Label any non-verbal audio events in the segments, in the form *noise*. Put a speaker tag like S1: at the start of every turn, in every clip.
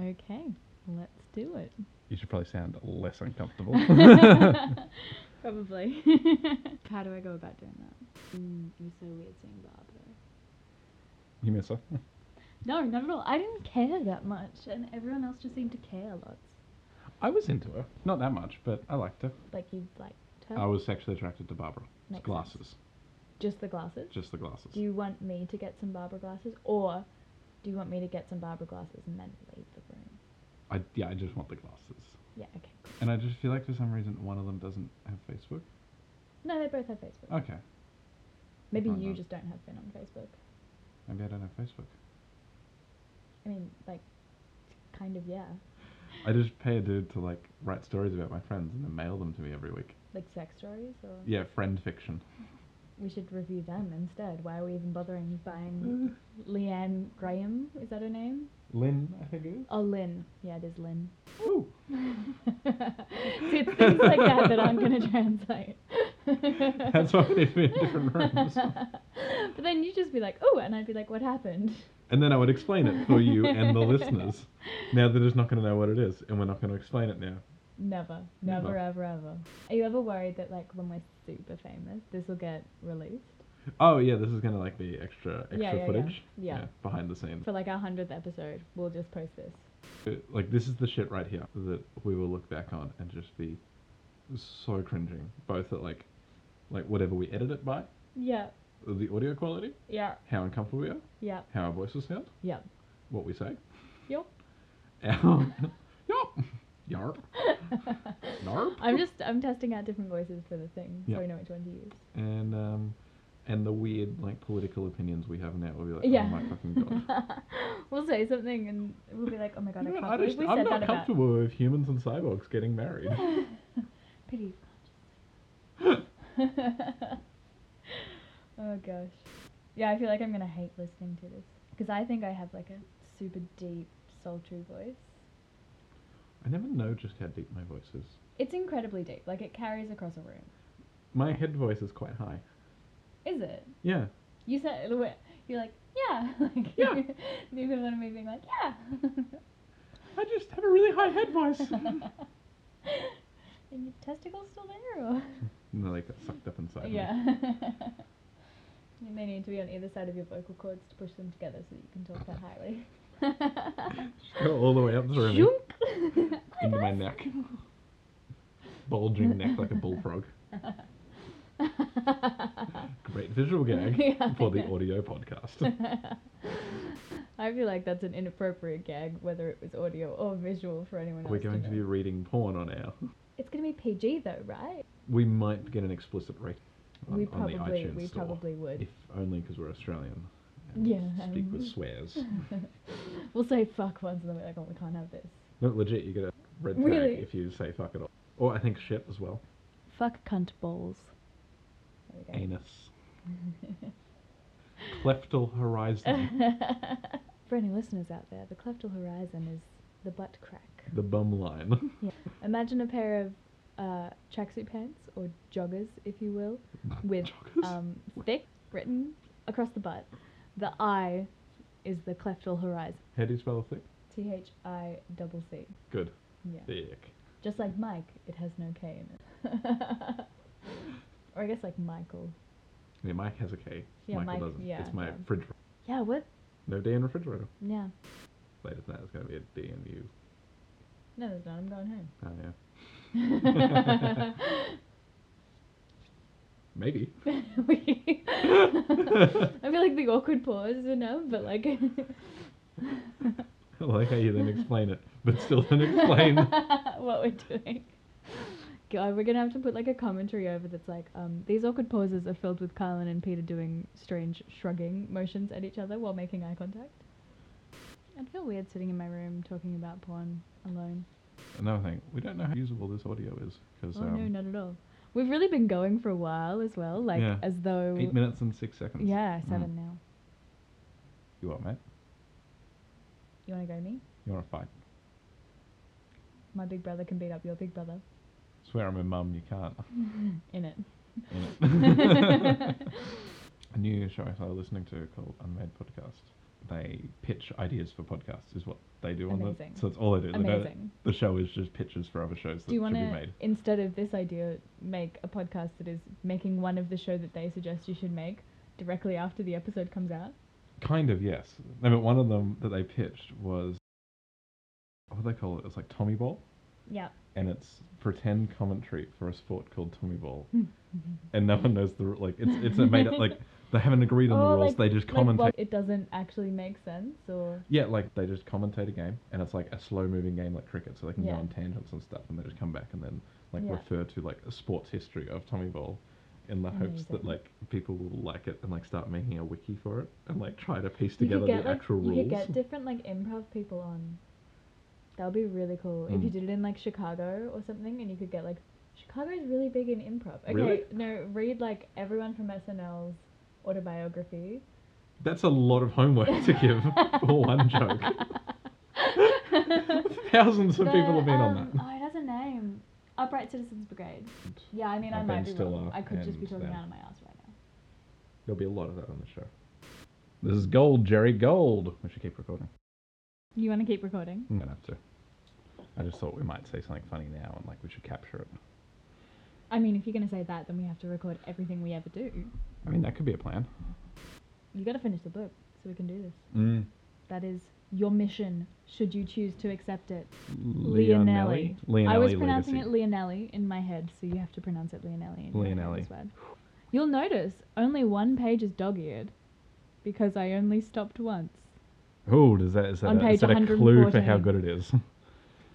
S1: Okay, let's do it. *laughs*
S2: You should probably sound less uncomfortable.
S1: Probably. How do I go about doing that? Mm, it was so weird seeing Barb though.
S2: you miss her.
S1: No, not at all. I didn't care that much, and everyone else just seemed to care lots.
S2: I was into her. Not that much, but I liked her.
S1: Like you liked her.
S2: I was sexually attracted to Barbara. It's
S1: Makes sense.
S2: Oh, glasses.
S1: Just the glasses.
S2: Just the glasses.
S1: Do you want me to get some Barbara glasses, or do you want me to get some Barbara glasses and then leave the room?
S2: I, yeah, I just want the glasses.
S1: Yeah. Okay. Cool.
S2: And I just feel like for some reason one of them doesn't have Facebook.
S1: No, they both have Facebook.
S2: Okay.
S1: Maybe
S2: fine
S1: you
S2: then.
S1: just don't have Finn on Facebook.
S2: Maybe I don't have Facebook.
S1: I mean, like, kind of yeah,
S2: I just pay a dude to like write stories about my friends and then mail them to me every week.
S1: like sex stories or.
S2: Yeah, friend fiction.
S1: We should review them instead. Why are we even bothering buying Leanne Graham? Is that her name?
S2: Lynn, I think it is.
S1: Oh, Lynn. Yeah, it is Lynn. *laughs*
S2: Ooh.
S1: See, it's things like that that I'm going to translate.
S2: *laughs* That's why we need to be in different
S1: *laughs*
S2: rooms.
S1: but then you'd just be like, oh, and I'd be like, what happened?
S2: And then I would explain it for you and
S1: *laughs*
S2: the listeners. Now they're just not going to know what it is, and we're not going to explain it now.
S1: Never, never,
S2: Never.
S1: ever, ever. Are you ever worried that, like, when we're super famous, this will get released?
S2: Oh yeah, this is going to like be extra extra
S1: Yeah, yeah, yeah.
S2: footage.
S1: Yeah.
S2: behind the scenes.
S1: For, like, our 100th episode, we'll just post this.
S2: It- Like this is the shit right here that we will look back on and just be so cringing, both at like like whatever we edit it by,
S1: Yeah,
S2: the audio quality,
S1: yeah,
S2: how uncomfortable we are,
S1: yeah,
S2: how our voices sound,
S1: yeah.
S2: what we say.
S1: Yup. *laughs*
S2: Our- yup. Yarp. Narp.
S1: I'm just I'm testing out different voices for the thing,
S2: Yeah.
S1: so we know which one to use. *laughs*
S2: and um, and the weird like political opinions we have now. We'll be like,
S1: Yeah.
S2: oh my fucking god.
S1: We'll say something and we'll be like, oh my god,
S2: You know
S1: I
S2: what,
S1: can't
S2: I
S1: believe
S2: just,
S1: we
S2: I'm
S1: said
S2: not
S1: that about
S2: comfortable with humans and cyborgs getting
S1: *laughs*
S2: married. *laughs*
S1: pretty. *laughs* oh gosh, yeah, I feel like I'm gonna hate listening to this because I think I have like a super deep, sultry voice.
S2: I never know just how deep my voice is.
S1: It's incredibly deep, like it carries across a room.
S2: My head voice is quite high.
S1: Is it?
S2: Yeah,
S1: You said it, wa- you're like yeah, *laughs* like
S2: Yeah.
S1: the equivalent of me being like yeah.
S2: I just have a really high
S1: *laughs*
S2: head voice.
S1: And your testicles still there? Or?
S2: and they like got sucked up inside. me.
S1: Yeah. *laughs* they need to be on either side of your vocal cords to push them together so that you can talk that highly.
S2: Just Go all the way up through me,
S1: Zoom.
S2: into my neck. Bulging neck like a bullfrog. Great visual *laughs* gag
S1: *laughs* Yeah,
S2: for the
S1: yeah.
S2: audio podcast.
S1: *laughs* I feel like that's an inappropriate gag, whether it was audio or visual for anyone else.
S2: We're going to
S1: know.
S2: be reading porn on air.
S1: It's going to be PG though, right?
S2: We might get an explicit rating on,
S1: we
S2: on the
S1: probably,
S2: iTunes
S1: we
S2: store.
S1: probably would.
S2: If only because we're Australian.
S1: Yeah,
S2: Speak with
S1: um,
S2: swears.
S1: We'll say fuck once and then we're like, oh, we can't have this.
S2: no, legit, you get a red flag
S1: Really?
S2: if you say fuck at all. Or I think shit as well.
S1: Fuck cunt balls. There we go.
S2: Anus. Cleftal
S1: *laughs*
S2: horizon.
S1: For any listeners out there, the cleftal horizon is the butt crack.
S2: the bum line. *laughs*
S1: Imagine a pair of uh, tracksuit pants or joggers, if you will, with
S2: Joggers?
S1: um, thick written across the butt. The I is the cleftal horizon.
S2: How do you spell a thick?
S1: T H I double C.
S2: Good.
S1: Yeah.
S2: Thick.
S1: Just like Mike, it has no K in it. *laughs* or I guess like Michael.
S2: Yeah, Mike has a K.
S1: Yeah,
S2: Michael
S1: Mike-
S2: doesn't.
S1: yeah,
S2: it's my
S1: yeah.
S2: refrigerator.
S1: Yeah, what?
S2: No D in refrigerator.
S1: Yeah.
S2: Later tonight, it's going to be a D and U.
S1: No, there's not. I'm going
S2: *laughs*
S1: home. *laughs*
S2: Oh, yeah. *laughs* Maybe.
S1: We- I feel like the awkward pause is enough, but like.
S2: I like how you then explain it, but still don't
S1: *laughs*
S2: explain.
S1: what we're doing. God, we're gonna have to put like a commentary over that's like, um, these awkward pauses are filled with Carlin and Peter doing strange shrugging motions at each other while making eye contact. I'd feel weird sitting in my room talking about porn alone.
S2: Another thing, we don't know how usable this audio is because
S1: Oh
S2: um,
S1: no, not at all. We've really been going for a while as well, like
S2: Yeah.
S1: as though.
S2: eight minutes and six seconds.
S1: Yeah,
S2: Mm.
S1: seven now.
S2: You what, mate?
S1: You wanna go me?
S2: You want to fight?
S1: My big brother can beat up your big
S2: *laughs*
S1: brother. *laughs*
S2: Swear I'm a mum. You can't.
S1: In it.
S2: In it. a new show I started listening to called Unmade Podcast. they pitch ideas for podcasts. Is what they do on
S1: Amazing.
S2: the. So that's all they do. They don't-
S1: Amazing.
S2: the show is just pitches for other shows that
S1: Do you
S2: should
S1: want
S2: be
S1: to,
S2: made.
S1: instead of this idea, make a podcast that is making one of the show that they suggest you should make directly after the episode comes out?
S2: Kind of, yes. No, but one of them that they pitched was what do they call it? It's like Tommy Ball,
S1: Yeah.
S2: and it's pretend commentary for a sport called Tommy Ball, and no one knows the ru- like. It's it's a made up like they haven't agreed on
S1: Mm-hmm. Oh,
S2: the rules.
S1: like-
S2: they just
S1: Like,
S2: commentate.
S1: what- it doesn't actually make sense, or
S2: yeah, like they just commentate a game, and it's like a slow moving game like cricket, so they can
S1: Yeah.
S2: go on tangents and stuff, and they just come back and then like
S1: Yeah.
S2: refer to like a sports history of Tommy Ball. In the hopes that
S1: Amazing.
S2: like people will like it and like start making a wiki for it and like try to piece
S1: you
S2: together
S1: could get
S2: the
S1: like
S2: actual
S1: you
S2: rules.
S1: could get different like improv people on. That would be really cool if you
S2: Mm.
S1: did it in like Chicago or something, and you could get like Chicago's really big in improv. Okay,
S2: Really?
S1: no, read like everyone from SNL's autobiography.
S2: That's a lot of homework
S1: *laughs*
S2: to give for one joke. Thousands of people
S3: The,
S2: have been on
S3: um,
S2: that.
S3: Oh, it has a name. Upright Citizens Brigade.
S1: Yeah, I mean, I
S2: Uh,
S1: might
S2: Ben
S1: be wrong.
S2: Stiller
S1: I could just be
S2: and
S1: talking
S2: them.
S1: out of my ass right now.
S2: There'll be a lot of that on the show. This is gold, Jerry, gold. We should keep recording.
S1: You want to keep recording?
S2: I'm gonna have to. I just thought we might say something funny now, and like we should capture it.
S1: I mean, if you're gonna say that, then we have to record everything we ever do.
S2: I mean, that could be a plan.
S1: You gotta finish the book so we can do this.
S2: Mm.
S1: That is your mission, should you choose to accept it.
S2: Leonelli. Leonelli
S1: I was pronouncing
S2: legacy.
S1: it Leonelli in my head, so you have to pronounce it Leonelli. in your head
S2: Leonelli.
S1: as well. You'll notice only one page is dog-eared, because I only stopped once.
S2: Oh, does that is that,
S1: On
S2: a,
S1: page
S2: is that a clue for how
S1: 114.
S2: good it is?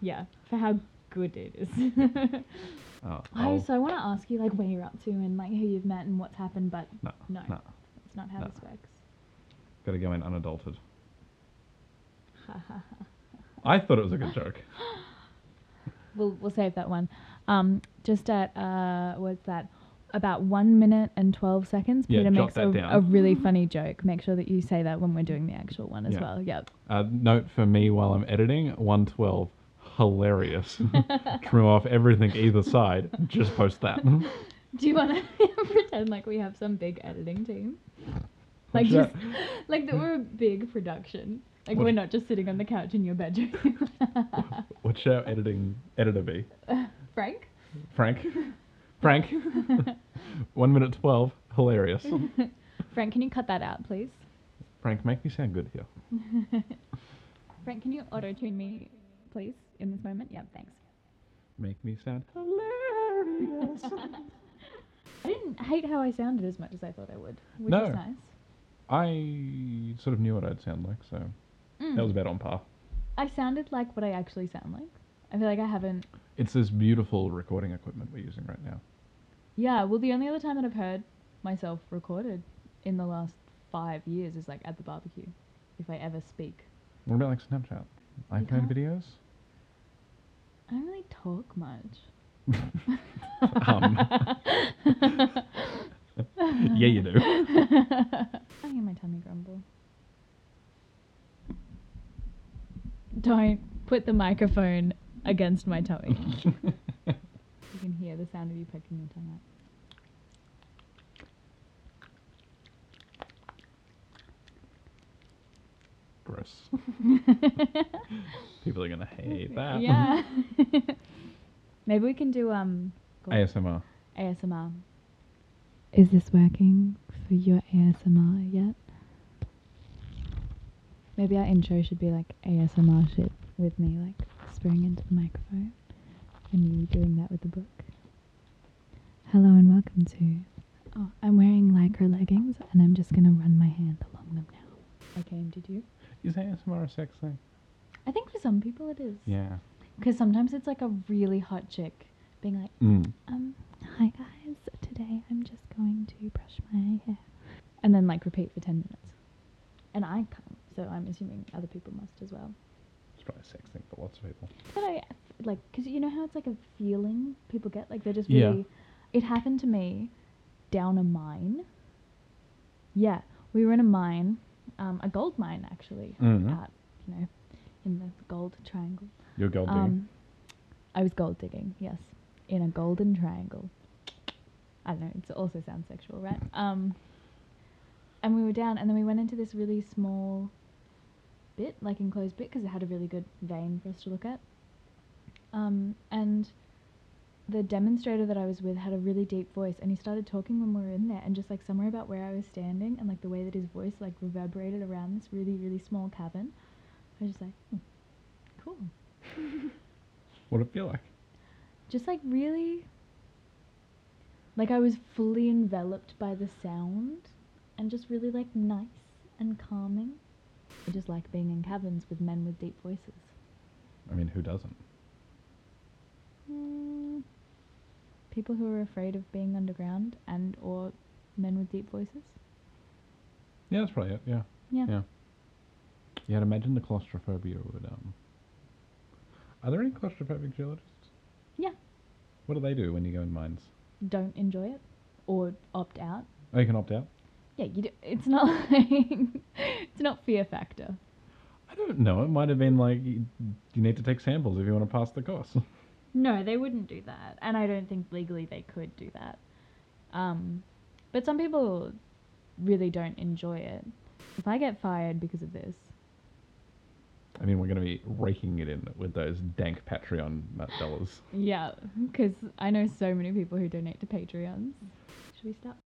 S1: Yeah, for how good it is. *laughs*
S2: *laughs* Oh,
S1: I,
S2: oh,
S1: so I want to ask you like where you're up to and like who you've met and what's happened, but
S2: No,
S1: no,
S2: no.
S1: it's not how
S2: No.
S1: this works.
S2: gotta go in unadulterated. I thought it was a good joke.
S1: We'll we'll save that one. Um, just at uh, what's that? About one minute and twelve seconds.
S2: Yeah,
S1: Peter
S2: jot
S1: makes
S2: that
S1: a,
S2: down.
S1: a really funny joke. Make sure that you say that when we're doing the actual one as
S2: Yeah.
S1: well. Yep.
S2: Uh, note for me while I'm editing 112. Hilarious. *laughs* Trim off everything either side. Just post that. *laughs*
S1: Do you want to *laughs* pretend like we have some big editing team? Like
S2: Sure.
S1: just like that we're a big production. Like
S2: What-
S1: we're not just sitting on the couch in your bedroom. *laughs*
S2: What should our editing editor be?
S1: Frank,
S2: Frank. Frank. *laughs* One minute twelve. Hilarious.
S1: Frank, can you cut that out, please?
S2: Frank, make me sound good here.
S1: Frank, can you auto tune me, please, in this moment? Yep, thanks.
S2: Make me sound hilarious.
S1: *laughs* *laughs* I didn't hate how I sounded as much as I thought I would, which
S2: No.
S1: is nice.
S2: I sort of knew what I'd sound like, so
S1: Mm.
S2: that was about on par.
S1: I sounded like what I actually sound like. I feel like I haven't.
S2: It's this beautiful recording equipment we're using right now.
S1: Yeah, well, the only other time that I've heard myself recorded in the last five years is like at the barbecue, if I ever speak.
S2: What about like Snapchat? iPhone
S1: can't- *laughs*
S2: videos?
S1: I don't really talk much.
S2: Um, yeah, you do.
S1: I hear my tummy grumble. Don't put the microphone against my tummy. you can hear the sound of you poking your tongue out.
S2: Gross.
S1: *laughs*
S2: People are gonna hate that.
S1: Yeah. *laughs* Maybe we can do um go on,
S2: ASMR.
S1: ASMR. Is this working for your ASMR yet? Maybe our intro should be like ASMR shit with me like whispering into the microphone and you doing that with the book. Hello and welcome to Oh, I'm wearing lycra leggings and I'm just gonna run my hand along them now. Okay, and did you?
S2: Is ASMR a sex thing?
S1: I think for some people it is.
S2: Yeah.
S1: Because sometimes it's like a really hot chick being like,
S2: Mm.
S1: um, hi guys, today I'm just going to brush my hair. And then like repeat for 10 minutes. And I can't, so I'm assuming other people must as well.
S2: It's probably a sex thing for lots of people.
S1: But I, like, because you know how it's like a feeling people get? Like they're just
S2: Yeah.
S1: really. It happened to me down a mine. Yeah, we were in a mine, um, a gold mine actually,
S2: Mhm.
S1: out, you know, in the gold triangle.
S2: You're gold digger.
S1: Um, I was gold digging, yes, in a golden triangle. I don't know, it also sounds sexual, right? Um, and we were down, and then we went into this really small bit, like enclosed bit, because it had a really good vein for us to look at. Um, and the demonstrator that I was with had a really deep voice, and he started talking when we were in there, and just like somewhere about where I was standing, and like the way that his voice like reverberated around this really really small cabin, I was just like, hmm, cool,
S2: What'd it feel like?
S1: just like really. Like I was fully enveloped by the sound, and just really like nice and calming. I just like being in cabins with men with deep voices.
S2: I mean, who doesn't?
S1: Mm, people who are afraid of being underground and or men with deep voices.
S2: Yeah, that's probably it. Yeah.
S1: Yeah.
S2: Yeah. Yeah, I'd imagine the claustrophobia would. Um... Are there any claustrophobic geologists?
S1: Yeah.
S2: What do they do when you go in mines?
S1: Don't enjoy it or opt out.
S2: Oh, you can opt out.
S1: Yeah, you do, it's not *laughs* like it's not fear factor.
S2: I don't know. It might have been like you, you need to take samples if you want to pass the course. *laughs*
S1: No, they wouldn't do that, and I don't think legally they could do that. Um, but some people really don't enjoy it. If I get fired because of this,
S2: I mean, we're going to be raking it in with those dank Patreon nut dollars.
S1: yeah, because I know so many people who donate to Patreons. Should we stop?